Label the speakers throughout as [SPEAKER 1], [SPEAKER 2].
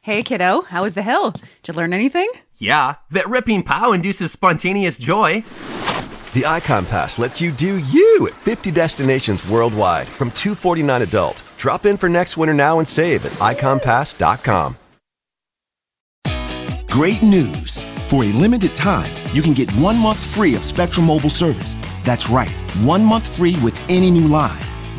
[SPEAKER 1] Hey, kiddo, how was the hill? Did you learn anything?
[SPEAKER 2] Yeah, that ripping pow induces spontaneous joy.
[SPEAKER 3] The Icon Pass lets you do you at 50 destinations worldwide from 249 adult. Drop in for next winter now and save at iconpass.com.
[SPEAKER 4] Great news! For a limited time, you can get one month free of Spectrum Mobile service. That's right, one month free with any new line.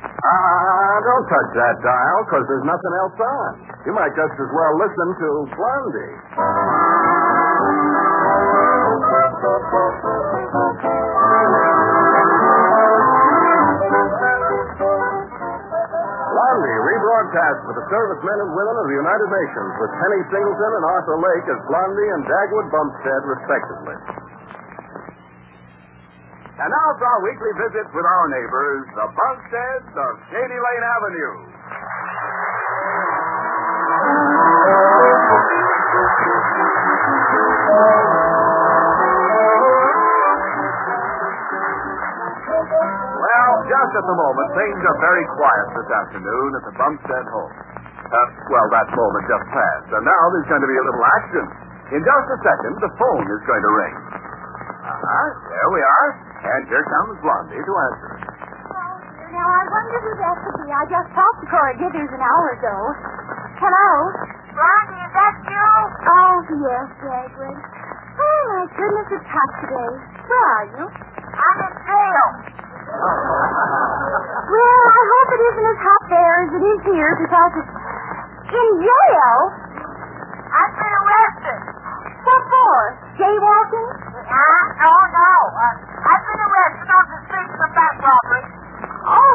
[SPEAKER 5] Ah, don't touch that dial, because there's nothing else on. You might just as well listen to Blondie. Blondie rebroadcast for the servicemen and women of the United Nations with Penny Singleton and Arthur Lake as Blondie and Dagwood Bumpstead, respectively. And now for our weekly visit with our neighbors, the Bumpsteads of Shady Lane Avenue. Well, just at the moment, things are very quiet this afternoon at the Bumstead home. Uh, well, that moment just passed, and now there's going to be a little action. In just a second, the phone is going to ring. Uh-huh, there we are. And here comes Blondie to answer. it.
[SPEAKER 6] Now, I wonder who that could be. I just talked to Cora Dithers an hour ago. Hello? Blondie, is that you? Oh, yes, Dagwood. Oh, my goodness, it's hot today. Where are you? I'm in jail. Well, I hope it isn't as hot there as it is here because it's in jail. I've been arrested. What for? Jaywalking? Uh, no, no. Uh, I've been arrested on suspicion of bank robbery. Oh.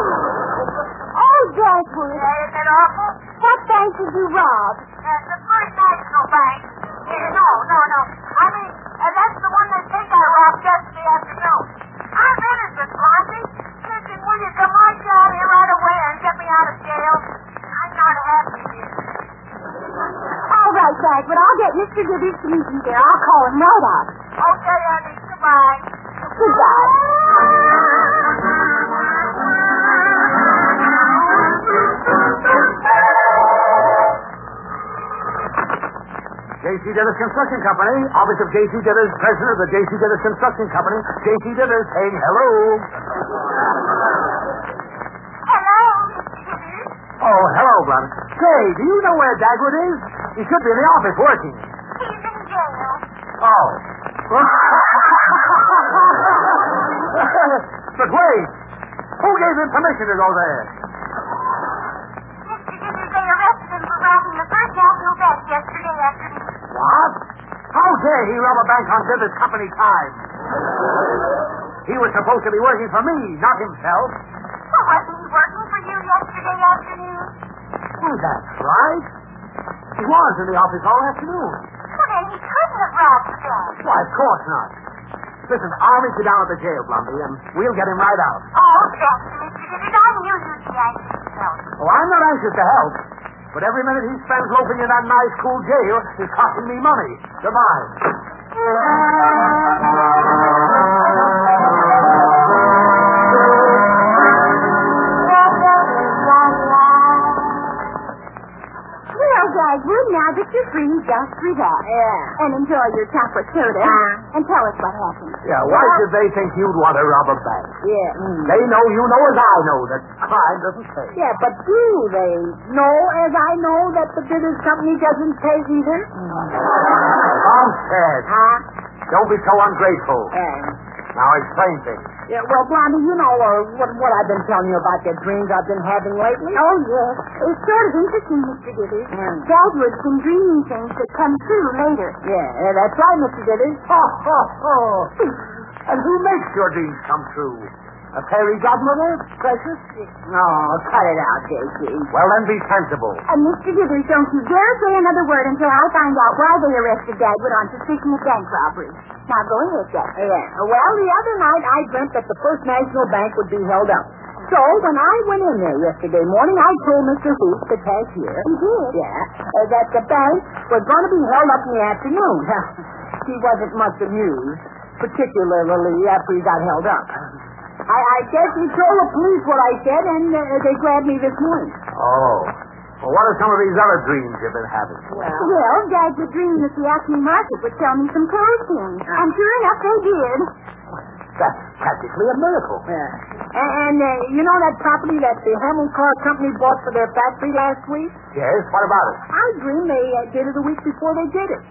[SPEAKER 6] Oh, Dagwood. Yeah, isn't it awful? What bank did you rob? Uh, the First National Bank. Uh, no, no, no. I mean, uh, that's the one they think I robbed yesterday afternoon. I'm innocent, Blondie. Listen, will you come on down here right away and get me out of jail? I'm not happy here. All right, Dagwood. I'll get Mr. Gibbons to meet you there. I'll call him right up. Okay, Annie. Goodbye. Goodbye.
[SPEAKER 7] J.C. Dillers Construction Company, office of J.C. Dillers, president of the J.C. Dillers Construction Company, J.C. Dillers saying hello.
[SPEAKER 6] Hello, Mr. Gibbons.
[SPEAKER 7] Oh, hello, brother. Say, do you know where Dagwood is? He should be in the office working.
[SPEAKER 6] He's in jail.
[SPEAKER 7] Oh. but wait, who gave him permission to go there?
[SPEAKER 6] Mr. Gibbons, they arrested him for robbing the First National Bank yesterday afternoon.
[SPEAKER 7] What? How dare he rob a bank on business company time? He was supposed to be working for me, not himself.
[SPEAKER 6] Well, wasn't he working for you yesterday afternoon?
[SPEAKER 7] Oh, that's right. He was in the office all afternoon.
[SPEAKER 6] Well, then he couldn't have robbed the bank.
[SPEAKER 7] Why, of course not. Listen, I'll meet you down at the jail, Blondie, and we'll get him right out.
[SPEAKER 6] Oh, thank you, Mr. Gibbons. I knew you'd be anxious to
[SPEAKER 7] Oh,
[SPEAKER 6] help.
[SPEAKER 7] I'm not anxious to help, but every minute he spends loafing in that nice, cool jail is costing me money. Goodbye.
[SPEAKER 6] Well, Dagwood, now that you're free, just relax. Yeah. And enjoy your chocolate soda. And tell us what happened.
[SPEAKER 7] Yeah, why should they think you'd want to rob a bank?
[SPEAKER 8] Yeah.
[SPEAKER 7] They know you know as I know that crime doesn't pay.
[SPEAKER 8] Yeah, but do they know, as I know, that the business company doesn't pay either?
[SPEAKER 7] Bumphead,
[SPEAKER 8] Huh?
[SPEAKER 7] don't be so ungrateful.
[SPEAKER 8] Yeah.
[SPEAKER 7] Now explain things.
[SPEAKER 8] yeah. Well, Blondie, you know uh, what, what I've been telling you about the dreams I've been having lately?
[SPEAKER 6] Oh, yes. It's sort of interesting, Mr. Gibbons.
[SPEAKER 8] Mm.
[SPEAKER 6] Dagwood's been dreaming things that come true later.
[SPEAKER 8] Yeah, yeah, that's right, Mr. Dillers.
[SPEAKER 7] Ho, ho, ho. And who makes your dreams come true? A fairy godmother? Oh, Precious?
[SPEAKER 6] No, cut it out, J.C.
[SPEAKER 7] Well, then be sensible.
[SPEAKER 9] And Mr. Dithers, don't you dare say another word until I find out why they arrested Dagwood on suspicion of bank robbery. Now go ahead, Jack.
[SPEAKER 6] Yeah. Well, the other night I dreamt that the First National Bank would be held up. So when I went in there yesterday morning, I told Mr. Hoop, the cashier,
[SPEAKER 9] He did.
[SPEAKER 6] yeah, uh, that the bank was going to be held up in the afternoon. he wasn't much amused, particularly after he got held up. I, I guess he told the police what I said, and uh, they grabbed me this morning.
[SPEAKER 7] Oh. Well, what are some of these other dreams you've been having?
[SPEAKER 9] Well, Dagwood dreamed that the Acme Market would sell me some clothing.
[SPEAKER 7] Ah.
[SPEAKER 9] And sure enough, they did.
[SPEAKER 7] That's practically a miracle.
[SPEAKER 6] Yeah. And, and uh, you know that property that the Hamel Car Company bought for their factory last week?
[SPEAKER 7] Yes, what about it?
[SPEAKER 6] I dreamed they uh, did it a week before they did it.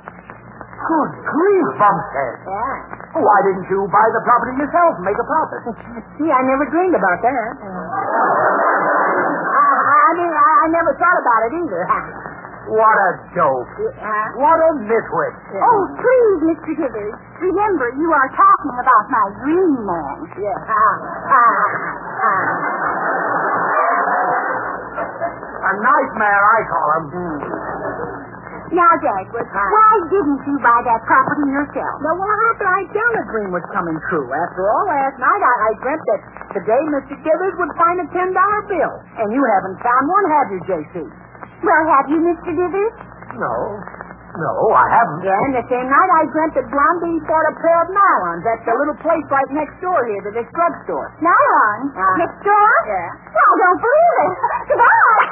[SPEAKER 7] Good grief, Bumstead.
[SPEAKER 6] Yeah.
[SPEAKER 7] Why didn't you buy the property yourself and make a profit?
[SPEAKER 6] See, I never dreamed about that. I, I mean, I, I never thought about it either.
[SPEAKER 7] what a joke.
[SPEAKER 6] Huh?
[SPEAKER 7] What a nitwit.
[SPEAKER 9] Uh-huh. Oh, please, Mr. Dithers, remember you are talking about my green man. Uh-huh.
[SPEAKER 6] Yeah. Ah, ah, ah.
[SPEAKER 7] A nightmare, I call him.
[SPEAKER 9] Now, Dagwood, why didn't you buy that property yourself?
[SPEAKER 6] Now, well, how could I tell the dream was coming true? After all, last night I, I dreamt that today Mr. Dithers would find a $10 bill. And you haven't found one, have you, J.C.?
[SPEAKER 9] Well, have you, Mr. Dithers?
[SPEAKER 7] No. No, I haven't.
[SPEAKER 6] Yeah, and the same night I dreamt that Blondie bought a pair of nylons at the little place right next door here to this drugstore.
[SPEAKER 9] Nylon?
[SPEAKER 6] Ah.
[SPEAKER 9] Next door?
[SPEAKER 6] Yeah.
[SPEAKER 9] Well, I don't believe it. Goodbye.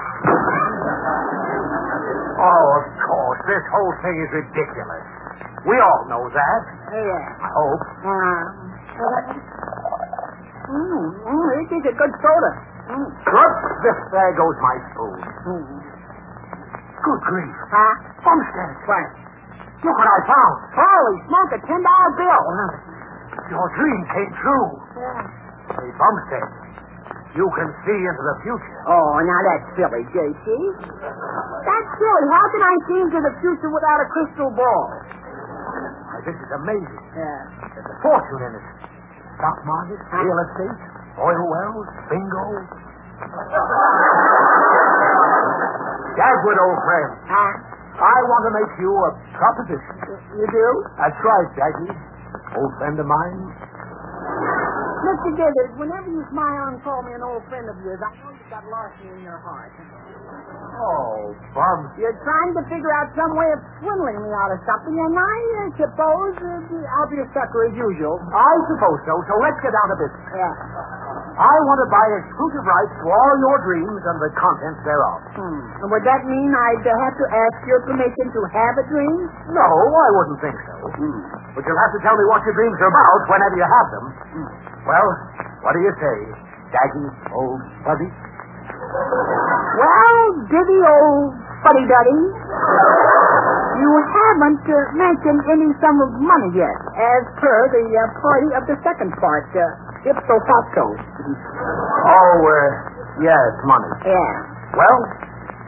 [SPEAKER 7] Oh, of course. This whole thing is ridiculous. We all know that.
[SPEAKER 6] Yeah.
[SPEAKER 7] I hope. Ah.
[SPEAKER 6] Mm, mm, this is a good soda. Mm.
[SPEAKER 7] Whoops, this- there goes my spoon. Good grief.
[SPEAKER 6] Huh?
[SPEAKER 7] Bumstead. What? Look what I found. Oh,
[SPEAKER 6] Holy smoke, a ten dollar bill.
[SPEAKER 7] Your dream came true. Hey, Bumstead, you can see into the future.
[SPEAKER 6] Oh, now that's silly, J.C. That's silly. How can I see into the future without a crystal ball?
[SPEAKER 7] Why, this is amazing.
[SPEAKER 6] Yeah.
[SPEAKER 7] There's a fortune in it. Stock market, real estate, oil wells, bingo. Dagwood, old friend,
[SPEAKER 6] Huh?
[SPEAKER 7] I want to make you a proposition. You do? That's right, Dagwood. Old friend of mine.
[SPEAKER 6] Mr. Dithers, whenever you smile and call me an old friend of yours, I know you've got larceny in your heart.
[SPEAKER 7] Oh, Bumstead.
[SPEAKER 6] You're trying to figure out some way of swindling me out of something, and I uh, suppose uh, I'll be a sucker as usual.
[SPEAKER 7] I suppose so, so let's get down to business.
[SPEAKER 6] Yeah.
[SPEAKER 7] I want to buy exclusive rights to all your dreams and the contents thereof.
[SPEAKER 6] Hmm. And would that mean I'd uh, have to ask your permission to have a dream?
[SPEAKER 7] No, Oh, I wouldn't think so. But you'll have to tell me what your dreams are about whenever you have them. Well, what do you say, Daggy, old fuzzy?
[SPEAKER 6] Well, Diddy, old fuddy duddy, you haven't uh, mentioned any sum of money yet, as per the uh, party of the second part, uh, ipso facto.
[SPEAKER 7] Oh, uh, yes, money.
[SPEAKER 6] Yeah.
[SPEAKER 7] Well,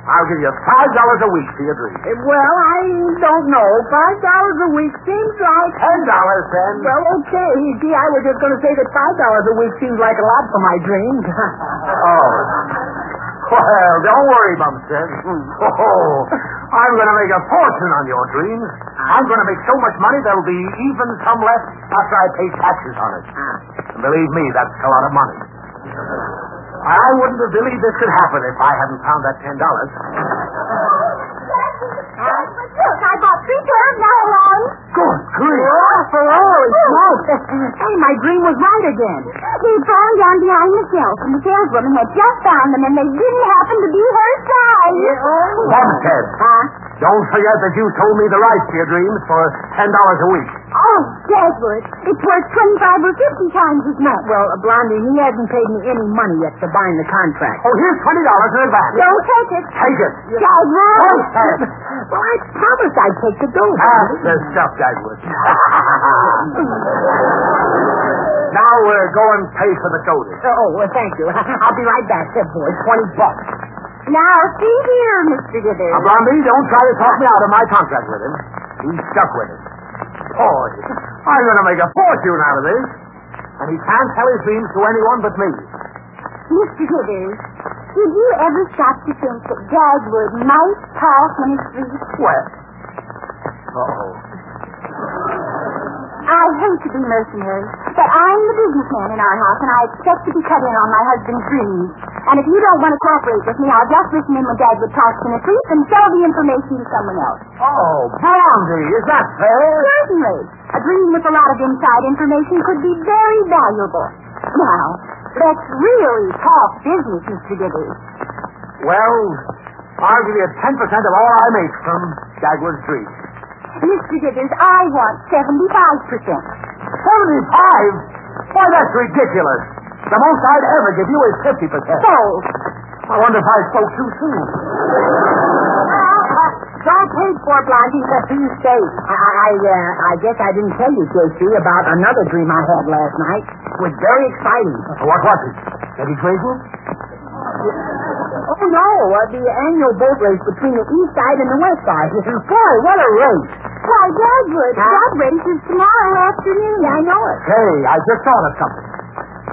[SPEAKER 7] I'll give you five dollars a week for your dream.
[SPEAKER 6] Uh, Well, I don't know. Five dollars a week seems like.
[SPEAKER 7] Ten dollars then.
[SPEAKER 6] Well, okay. Gee, I was just going to say that five dollars a week seems like a lot for my dreams.
[SPEAKER 7] Oh. Well, don't worry, Bumstead. Oh, I'm going to make a fortune on your dreams. I'm going to make so much money there'll be even some left after I pay taxes on it. And believe me, that's a lot of money. I wouldn't have believed this could happen if I hadn't found that ten dollars.
[SPEAKER 9] But look, I bought three pair of nylon.
[SPEAKER 7] Good grief!
[SPEAKER 6] Awful, holy smoke. hey, my dream was right again.
[SPEAKER 9] They found down behind the shelf, and the saleswoman had just found them, and they didn't happen to be her size.
[SPEAKER 7] oh. Bumstead,
[SPEAKER 9] Huh?
[SPEAKER 7] don't forget that you sold me the rights to your dreams for ten dollars a week.
[SPEAKER 9] Oh, Dagwood, it's worth 25 or 50 times as much.
[SPEAKER 6] Well, uh, Blondie, he hasn't paid me any money yet to bind the contract.
[SPEAKER 7] Oh, here's twenty dollars in advance.
[SPEAKER 9] Don't take it.
[SPEAKER 7] Take it.
[SPEAKER 9] Dagwood.
[SPEAKER 7] Bumstead.
[SPEAKER 6] Oh, Well, I promised I'd take the dough.
[SPEAKER 7] Pass the stuff, Dagwood. now uh, go and pay for the soda.
[SPEAKER 6] Oh, well, thank you. I'll be right back, there, boy. Twenty bucks.
[SPEAKER 9] Now, see here, Mr. Dithers.
[SPEAKER 6] Ah,
[SPEAKER 7] Now, Blondie, don't try to talk me out of my contract with him. He's stuck with it. Boy, I'm going to make a fortune out of this. and he can't tell his dreams to anyone but me.
[SPEAKER 6] Mr. Withers, did you ever stop to think that Dagwood might pass when he's through?
[SPEAKER 7] Well. Uh-oh.
[SPEAKER 6] I hate to be mercenary, but I'm the businessman in our house, and I expect to be cut in on my husband's dreams. And if you don't want to cooperate with me, I'll just listen in when Dagwood talks in the street and sell the information to someone else.
[SPEAKER 7] Oh, Blondie, is that fair?
[SPEAKER 6] Certainly. A dream with a lot of inside information could be very valuable. Now, let's really talk business, Mr. Dibby.
[SPEAKER 7] Well, I'll give you 10% of all I make from Dagwood's dream.
[SPEAKER 6] Mr. Dibby, I want 75%.
[SPEAKER 7] 75? Why, that's ridiculous. The most I'd ever give you is 50%.
[SPEAKER 6] Sold.
[SPEAKER 7] I wonder if I spoke too soon.
[SPEAKER 8] uh, Don't paid for, Blondie. Let me stay. I, I, uh, I guess I didn't tell you, Casey, about another dream I had last night. It was very exciting.
[SPEAKER 7] What was it? Eddie Crazel?
[SPEAKER 8] Oh, no. Uh, the annual boat race between the east side and the west side. Boy, what a race.
[SPEAKER 6] Why, Dagwood,
[SPEAKER 8] Huh?
[SPEAKER 6] that race is tomorrow afternoon. I know it.
[SPEAKER 7] Say, I just thought of something.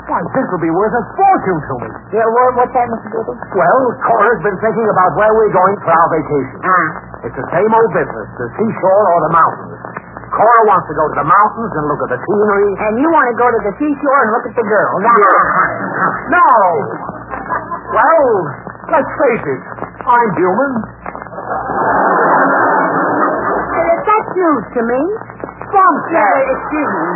[SPEAKER 7] Why, this will be worth a fortune to me.
[SPEAKER 8] Yeah, what, what's that, Mr. Dibby?
[SPEAKER 7] Well, Cora's been thinking about where we're going for our vacation.
[SPEAKER 8] Ah,
[SPEAKER 7] It's the same old business, the seashore or the mountains. Cora wants to go to the mountains and look at the scenery.
[SPEAKER 8] and you want to go to the seashore and look at the girls. Ah.
[SPEAKER 7] No! Well, let's face it, I'm human.
[SPEAKER 8] That's news to me.
[SPEAKER 7] Bumpkin!
[SPEAKER 8] Excuse me.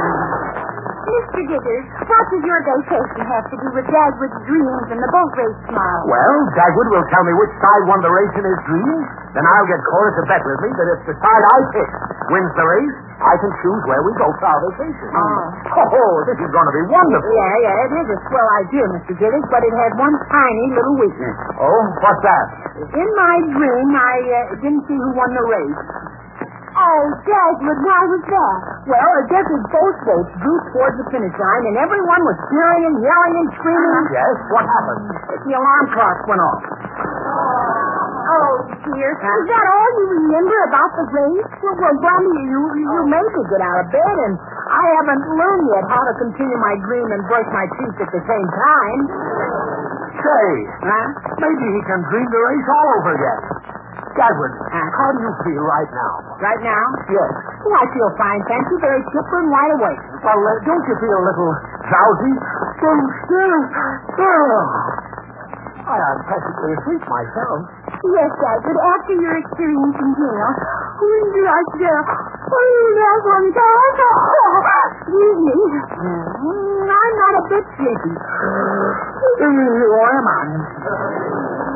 [SPEAKER 6] Mr. Diggers, what does your vacation have to do with Dagwood's dreams and the boat race tomorrow?
[SPEAKER 7] Well, Dagwood will tell me which side won the race in his dream. Then I'll get Cora to bet with me that if the side I pick wins the race, I can choose where we go for our vacation.
[SPEAKER 8] Oh.
[SPEAKER 7] oh this is going to be wonderful.
[SPEAKER 8] Yeah, yeah, it is a swell idea, Mr. Gillis, but it had one tiny little weakness.
[SPEAKER 7] Oh, what's that?
[SPEAKER 8] In my dream, I uh, didn't see who won the race.
[SPEAKER 6] Oh, Dagwood, why was that?
[SPEAKER 8] Well, I guess as both boats drew towards the finish line, and everyone was cheering and yelling and screaming,
[SPEAKER 7] Yes, what happened?
[SPEAKER 8] the alarm clock went off.
[SPEAKER 6] Oh, dear. Is that all you remember about the race?
[SPEAKER 8] Well, well Blondie, you, you you made me get out of bed, and I haven't learned yet how to continue my dream and brush my teeth at the same time.
[SPEAKER 7] Say,
[SPEAKER 8] Huh?
[SPEAKER 7] maybe he can dream the race all over again. Dagwood,
[SPEAKER 8] Huh?
[SPEAKER 7] how do you feel right now?
[SPEAKER 8] Right now?
[SPEAKER 7] Yes.
[SPEAKER 8] Oh, I feel fine, thank you. Very chipper and wide awake.
[SPEAKER 7] Well, uh, don't you feel a little drowsy? Oh, still. I am practically asleep myself.
[SPEAKER 6] Yes, Dagwood, after your experience in jail, wouldn't you like to... Oh, that one dog. Excuse me. Mm, I'm not a bit sleepy.
[SPEAKER 8] Who am I?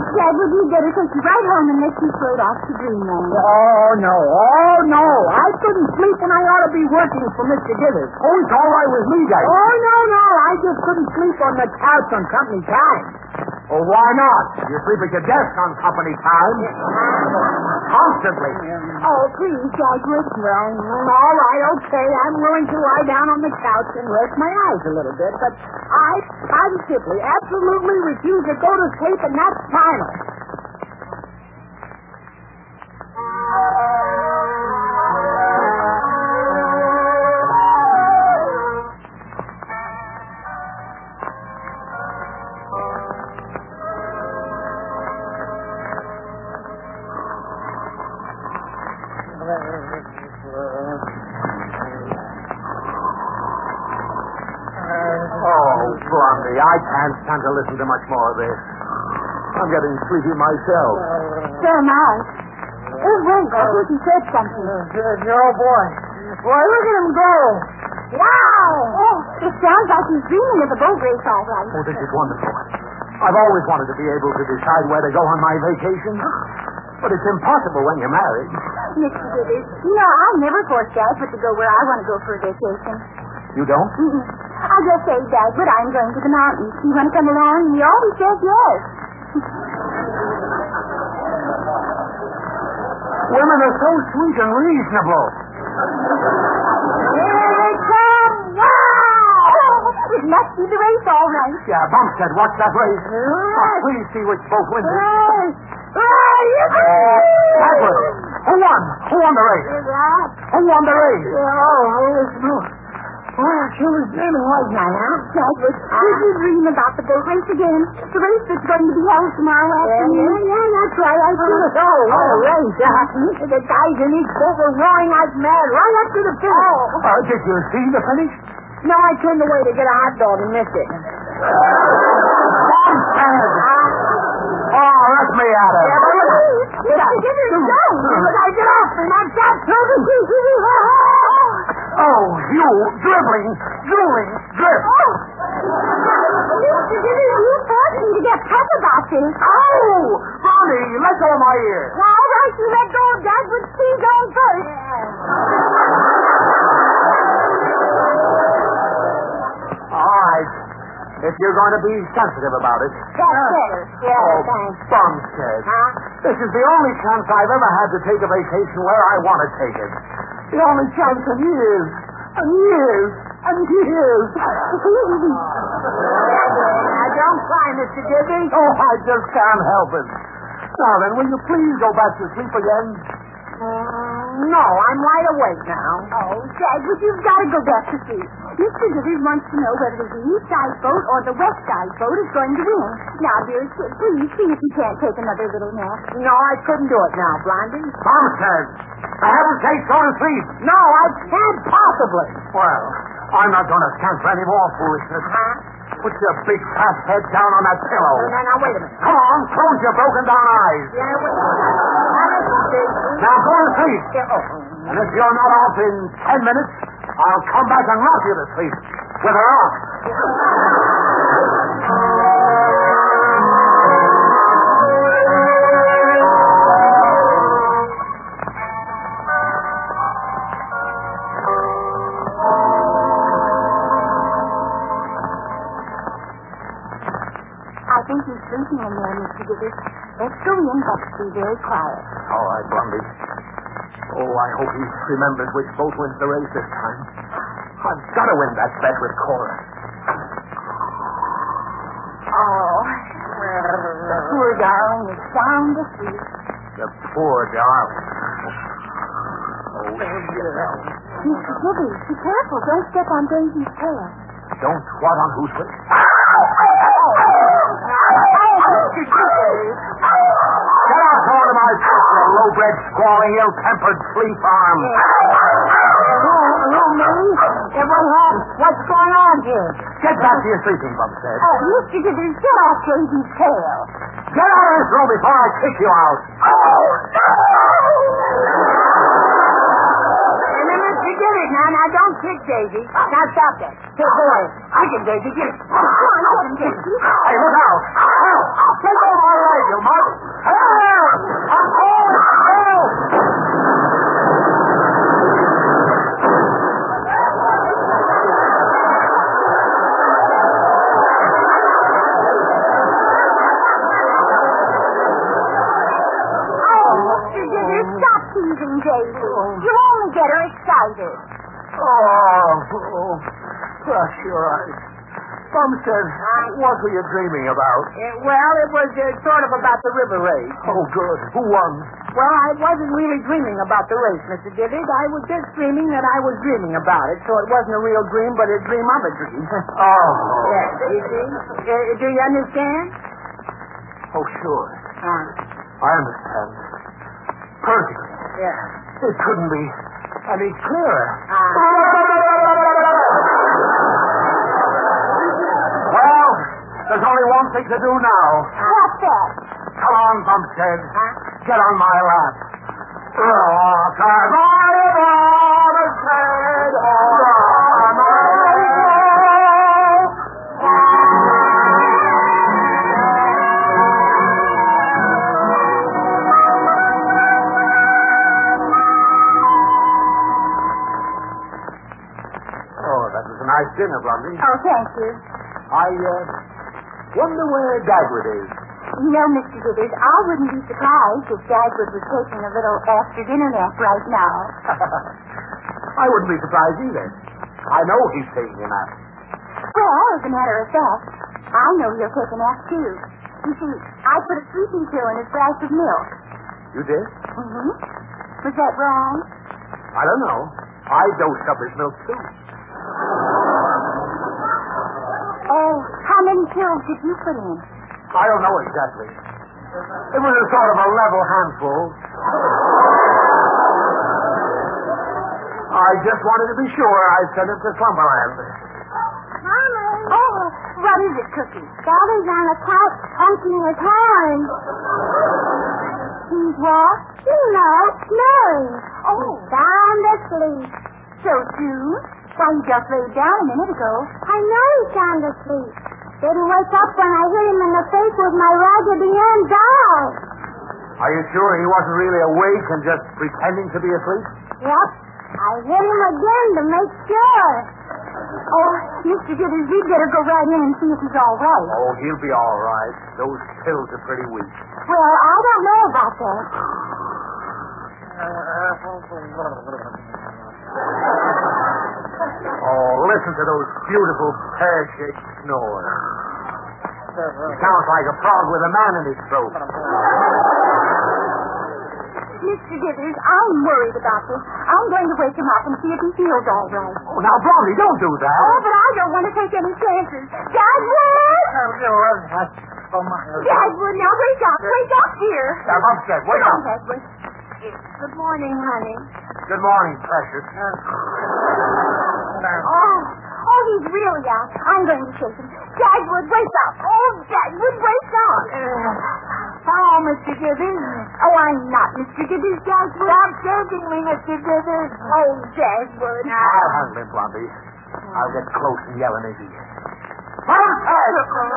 [SPEAKER 6] Dagwood, you'd better take you right home and let you float off to dreamland.
[SPEAKER 8] Oh, no. Oh, no. I couldn't sleep when I ought to be working for Mr. Givers.
[SPEAKER 7] Oh, it's all right with me, Dagwood.
[SPEAKER 8] Oh, no, no. I just couldn't sleep on the couch on company time.
[SPEAKER 7] Well, why not? You sleep at your desk on company time. Constantly.
[SPEAKER 8] Oh, please, Dagwood. Well, all right, okay. I'm willing to lie down on the couch and rest my eyes a little bit, but I positively, absolutely refuse to go to sleep, and that's final.
[SPEAKER 7] Oh, Blondie, I can't stand to listen to much more of this. I'm getting sleepy myself.
[SPEAKER 6] So am I. Oh, wait, I think he said something.
[SPEAKER 8] Oh, boy. Boy, look at him go.
[SPEAKER 6] Wow! Oh, it sounds like he's dreaming of the boat race all right.
[SPEAKER 7] Oh, this is wonderful. I've always wanted to be able to decide where to go on my vacation. But it's impossible when you're married.
[SPEAKER 6] Mr. Dithers, you know, I never force Dagwood to go where I want to go for a vacation.
[SPEAKER 7] You don't?
[SPEAKER 6] Mm-mm. I just say, Dagwood, I'm going to the mountains. You want to come along? And he always says yes.
[SPEAKER 7] Women are so sweet and reasonable.
[SPEAKER 6] Here they come! Wow! It must be the race all right.
[SPEAKER 7] Yeah, Bumstead, watch that race. Oh, please see which boat wins it.
[SPEAKER 6] Race! Ah,
[SPEAKER 7] Dagwood, who won?
[SPEAKER 6] Oh,
[SPEAKER 7] Who won the race? Who won the race?
[SPEAKER 8] Oh, uh, I was... Oh, I can't dreaming, wasn't I, huh? Uh-huh.
[SPEAKER 6] Douglas, did you dream about the big race again? The race that's going to be held tomorrow afternoon? Uh-huh.
[SPEAKER 8] yeah, yeah, that's right. I did it. Oh, what a race, huh? The guys in each boat were roaring like mad right up to the finish.
[SPEAKER 7] Well, Uh, did you see the finish?
[SPEAKER 8] No, I turned away to get a hot dog and missed it.
[SPEAKER 7] Oh, let me out of it.
[SPEAKER 8] Get up. Look, I get up and I'm got trouble.
[SPEAKER 7] Oh, you dribbling, drooling, drip.
[SPEAKER 8] Oh.
[SPEAKER 6] Mr. Dillon, you forced me to get tough about this.
[SPEAKER 7] Oh, Ronnie, let go of my ear.
[SPEAKER 6] Well, all right, you let go of Douglas. Please on first.
[SPEAKER 7] All right. If you're going to be sensitive about it.
[SPEAKER 6] That's it. Yeah,
[SPEAKER 7] oh,
[SPEAKER 6] thanks.
[SPEAKER 7] bumstead.
[SPEAKER 6] Huh?
[SPEAKER 7] This is the only chance I've ever had to take a vacation where I want to take it. The only chance in years, and years, and years.
[SPEAKER 8] Now, don't cry, Mr. Digby.
[SPEAKER 7] oh, I just can't help it. Now then, will you please go back to sleep again?
[SPEAKER 8] Mm, No, I'm wide awake now.
[SPEAKER 6] Oh, Douglas, you've got to go back to sleep. Mr. Dillon wants to know whether the east side boat or the west side boat is going to win. Now, dear, please see if you can't take another little nap.
[SPEAKER 8] No, I couldn't do it now, Blondie.
[SPEAKER 7] Bumstead, I haven't taken go to sleep.
[SPEAKER 8] No, I can't possibly.
[SPEAKER 7] Well, I'm not going to stand for any more foolishness.
[SPEAKER 8] Huh?
[SPEAKER 7] Put your big fat head down on that pillow.
[SPEAKER 8] No, no, no, wait a minute.
[SPEAKER 7] Come on, close your broken down eyes.
[SPEAKER 8] Yeah, wait. Now, Mr. Digby.
[SPEAKER 7] Now go to sleep.
[SPEAKER 8] Yeah, oh.
[SPEAKER 7] And if you're not off in ten minutes, I'll come back and rock you to sleep with a rock.
[SPEAKER 6] I think he's sleeping in there, Mr. Dillon. Let's go in, but be very quiet.
[SPEAKER 7] All right, Blondie. Oh, I hope he remembers which boat wins the race this time. I've got to win that bet with Cora.
[SPEAKER 8] Oh. The poor darling is sound asleep.
[SPEAKER 7] The poor darling. Oh,
[SPEAKER 6] Mr. Dillon, be careful. Don't step on Daisy's tail.
[SPEAKER 7] Don't swat on who's with. Get out from under my feet, you low-bred, squalling, ill-tempered flea farm.
[SPEAKER 8] Hello, Minnie. What happened? What's going on here?
[SPEAKER 7] Get back to your sleeping, Bumstead.
[SPEAKER 8] Oh, Mr. Dillon, get off Daisy's tail.
[SPEAKER 7] Get out of this room before I kick you out.
[SPEAKER 8] And then Mr. Dillon, now, now, don't kick Daisy. Now, stop that. Here, boy. I can Daisy. Get it. Come on, get him, Daisy.
[SPEAKER 7] Hey, look out. Take over my leg, you mug. Hey there. I'm cold. Help.
[SPEAKER 6] Oh, Mr. Dillon, stop teasing Daisy. You only get her excited.
[SPEAKER 7] Oh, oh, bless your eyes. Bumstead, what were you dreaming about?
[SPEAKER 8] Uh, well, it was uh, sort of about the river race.
[SPEAKER 7] Oh, good. Who won?
[SPEAKER 8] Well, I wasn't really dreaming about the race, Mr. Dillard. I was just dreaming that I was dreaming about it. So it wasn't a real dream, but a dream of a dream.
[SPEAKER 7] Oh,
[SPEAKER 8] yes, you see? Uh, do you understand?
[SPEAKER 7] oh, sure.
[SPEAKER 8] Uh,
[SPEAKER 7] I understand. Perfect.
[SPEAKER 8] yeah.
[SPEAKER 7] It couldn't be any clearer.
[SPEAKER 8] Uh,
[SPEAKER 7] Well, there's only one thing to do now.
[SPEAKER 6] What's that?
[SPEAKER 7] Come on, Bumstead. Get on my lap.
[SPEAKER 6] Oh,
[SPEAKER 7] Rock and roll, Bumstead. Rock and roll. Oh, that was a nice dinner, Blondie.
[SPEAKER 6] Oh, thank you.
[SPEAKER 7] I, uh, wonder where Dagwood is.
[SPEAKER 6] No, Mr. Dillard, I wouldn't be surprised if Dagwood was taking a little after-dinner nap right now.
[SPEAKER 7] I wouldn't be surprised either. I know he's taking a nap.
[SPEAKER 6] Well, as a matter of fact, I know he'll take a nap, too. You see, I put a sleeping pill in his glass of milk.
[SPEAKER 7] You did?
[SPEAKER 6] Mm-hmm. Was that wrong?
[SPEAKER 7] I don't know. I dosed up his milk, too.
[SPEAKER 6] Oh, how many pills did you put in?
[SPEAKER 7] I don't know exactly. It was a sort of a level handful. I just wanted to be sure I sent it to Slumberland.
[SPEAKER 6] Mommy. Oh, what is it, Cookie? Daddy's on the couch honking his horn. He's walked, you know, snoring. Oh, down the sleep. So soon? Why, he just laid down a minute ago. I know he's sound asleep. Didn't wake up when I hit him in the face with my raggedy Ann doll.
[SPEAKER 7] Are you sure he wasn't really awake and just pretending to be asleep?
[SPEAKER 6] Yep. I hit him again to make sure. Oh, Mr. Dithers, we'd better go right in and see if he's all right.
[SPEAKER 7] Oh, he'll be all right. Those pills are pretty weak.
[SPEAKER 6] Well, I don't know about that.
[SPEAKER 7] Oh, listen to those beautiful pear-shaped snores. It sounds like a frog with a man in his throat.
[SPEAKER 6] Mr. Dithers, I'm worried about this. I'm going to wake him up and see if he feels all right.
[SPEAKER 7] Oh, now, Bromley, don't do that.
[SPEAKER 6] Oh, but I don't want to take any chances. Dagwood! Dagwood, now wake up. Wake up, dear.
[SPEAKER 7] I'm upset. Wake
[SPEAKER 6] Come on,
[SPEAKER 7] up.
[SPEAKER 6] Dagwood. Good morning, honey.
[SPEAKER 7] Good morning, precious.
[SPEAKER 6] Oh, oh, he's really out. I'm going to shake him. Dagwood, wake up. Oh, Dagwood, wake up. Oh, Mr. Uh, Gibbons. Oh, I'm not Mr. Gibbons, Dagwood. Stop shaking me, Mr. Gibbons. Oh, Dagwood.
[SPEAKER 7] I'll handle him, Blondie. I'll get close and yell at him. Mountain! Come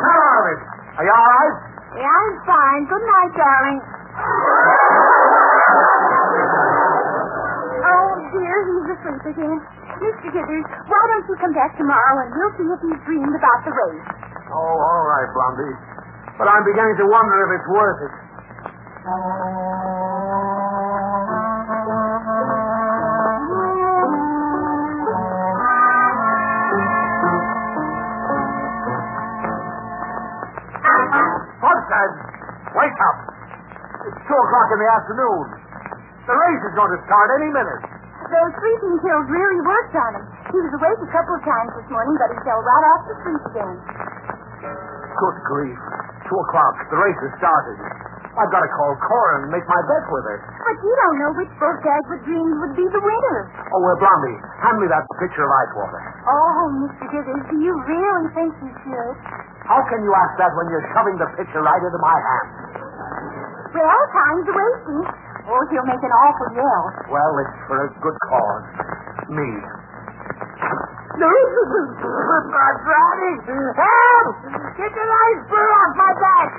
[SPEAKER 7] out of it. Are you all right?
[SPEAKER 6] Yeah, I'm fine. Good night, darling. Oh, dear, he's asleep again. Mr. Gibbons, why don't you come back tomorrow and we'll see if he's dreamed about the race.
[SPEAKER 7] Oh, all right, Blondie. But I'm beginning to wonder if it's worth it. Bloodshed! Wake up! It's two o'clock in the afternoon. The race is going to start any minute.
[SPEAKER 6] Those sleeping pills really worked on him. He was awake a couple of times this morning, but he fell right off to sleep again.
[SPEAKER 7] Good grief. Two o'clock. The race has started. I've got to call Cora and make my bet with her.
[SPEAKER 6] But you don't know which both Dagwood dreamed would be the winner.
[SPEAKER 7] Oh, well, Blondie, hand me that pitcher of ice water.
[SPEAKER 6] Oh, Mr. Gibbons, do you really think you should?
[SPEAKER 7] How can you ask that when you're shoving the pitcher right into my hand?
[SPEAKER 6] Well, time's wasting. Or he'll make an awful yell.
[SPEAKER 7] Well, it's for a good cause. Me.
[SPEAKER 6] I'm drowning. Help! Get the ice bird off my back.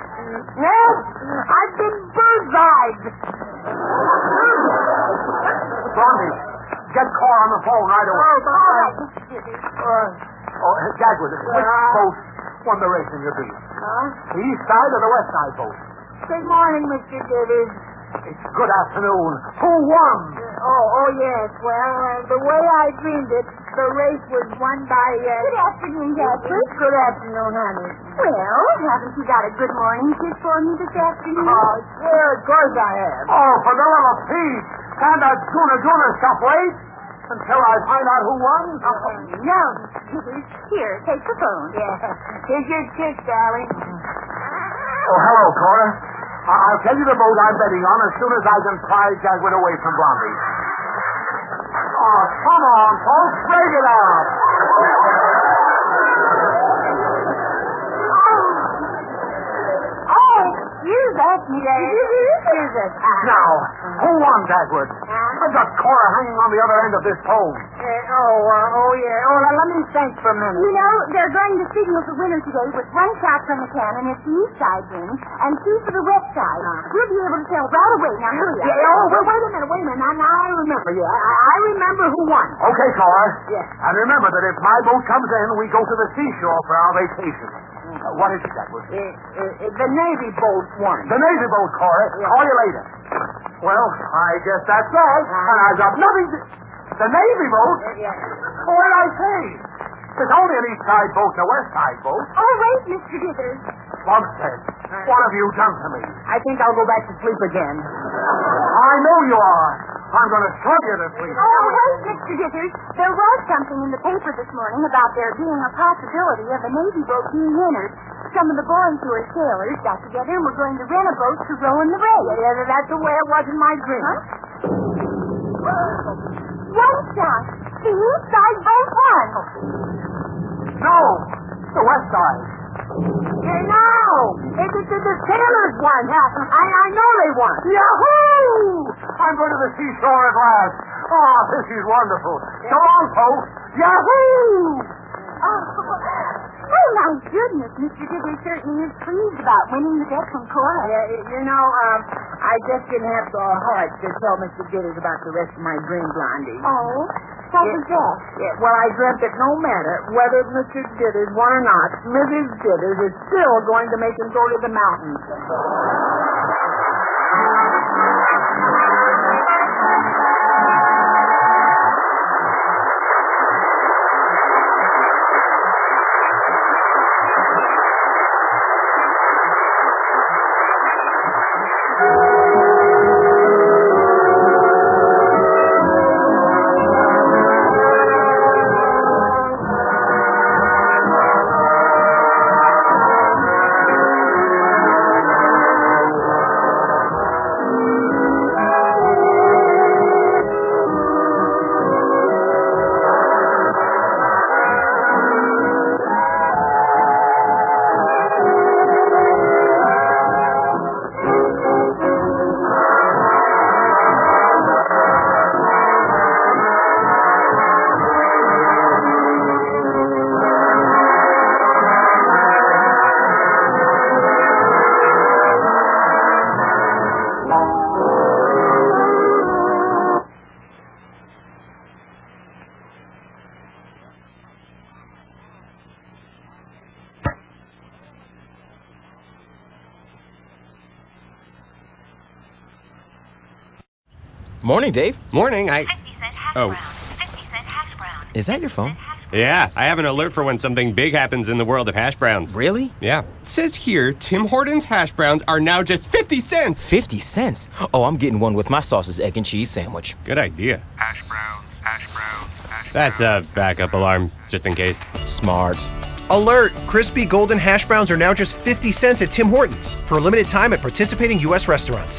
[SPEAKER 6] Help! I've been bird's eyed.
[SPEAKER 7] Blondie, get Cora on the phone right away. Oh, Dagwood, which boat won the race in your beat? The east side or the west side boat?
[SPEAKER 6] Good morning, Mr. Davis.
[SPEAKER 7] It's good afternoon. Who won?
[SPEAKER 6] Oh, oh yes. Well, uh, the way I dreamed it, the race was won by. Uh, good afternoon, Dagwood. Good afternoon, honey. Well, haven't you got a good morning kiss for me this afternoon? Oh, sure, of course I have.
[SPEAKER 7] Oh, for the love of Pete, can that tuna tuna stop wait until I find out who won?
[SPEAKER 6] Oh, no, Mr. Davis. Here, take the phone. Yeah. Here's your kiss, darling.
[SPEAKER 7] Oh, hello, Cora. I- I'll tell you the boat I'm betting on as soon as I can pry Jagwood away from Blondie. Oh, come on, folks, break it up.
[SPEAKER 6] Oh, excuse us, Mr. Excuse us.
[SPEAKER 7] Now, who won, Jagwood? I've got Cora hanging on the other end of this pole.
[SPEAKER 6] oh, uh, oh, yeah. Oh, let me think for a minute. You know, they're going to signal the winner today with one shot from the cannon if the east side wins, and two for the west side. We'll be able to tell right away. Now, hurry up.
[SPEAKER 7] Yeah, oh, wait-
[SPEAKER 6] a minute, Uh-huh. wait a minute. Now, now I remember. Yeah, I, I remember who won.
[SPEAKER 7] Okay, Cora.
[SPEAKER 6] Yes.
[SPEAKER 7] And remember that if my boat comes in, we go to the seashore for our vacation. Uh, what is it, Jagwood?
[SPEAKER 6] Eh, the Navy boat won.
[SPEAKER 7] The Navy boat, Cora. Call you later. Well, I guess that's all. And I've got nothing to... The Navy boat? Oh, What did I say? There's only an east side boat and a west side boat.
[SPEAKER 6] Oh, wait, Mr. Dithers.
[SPEAKER 7] Bobstead, what have you done to me?
[SPEAKER 6] I think I'll go back to sleep again.
[SPEAKER 7] I know you are. I'm going to slug you to sleep.
[SPEAKER 6] Oh, wait, Mr. Dithers. There was something in the paper this morning about there being a possibility of a Navy boat being entered. Some of the boys who are sailors got together and were going to rent a boat to row in the race. Yeah, that's the way it was in my dream. Huh? Youngstown. The east side boat one.
[SPEAKER 7] No, the west side.
[SPEAKER 6] No, it's the, the sailors one. I, I know they won.
[SPEAKER 7] Yahoo! I'm going to the seashore at last. Oh, this is wonderful. Come on, folks. Yahoo!
[SPEAKER 6] Oh, oh my goodness, Mr. Digger certainly is pleased about winning the Declan Chorus.
[SPEAKER 8] Yeah, you know, um, I just didn't have the heart to tell Mr. Gitters about the rest of my dream, Blondie.
[SPEAKER 6] Oh, what was that?
[SPEAKER 8] Yeah, well, I dreamt that no matter whether Mr. Gitters won or not, Mrs. Gitters is still going to make him go to the mountains.
[SPEAKER 10] Morning, Dave.
[SPEAKER 11] Morning. I. Oh.
[SPEAKER 10] Is that your phone?
[SPEAKER 11] Yeah, I have an alert for when something big happens in the world of hash browns.
[SPEAKER 10] Really?
[SPEAKER 11] Yeah. It says here Tim Hortons hash browns are now just 50 cents.
[SPEAKER 10] 50 cents? Oh, I'm getting one with my sausage, egg, and cheese sandwich.
[SPEAKER 11] Good idea.
[SPEAKER 12] Hash brown, hash brown, hash
[SPEAKER 11] That's a backup alarm, just in case.
[SPEAKER 10] Smart.
[SPEAKER 2] Alert! Crispy golden hash browns are now just 50 cents at Tim Hortons for a limited time at participating U.S. restaurants.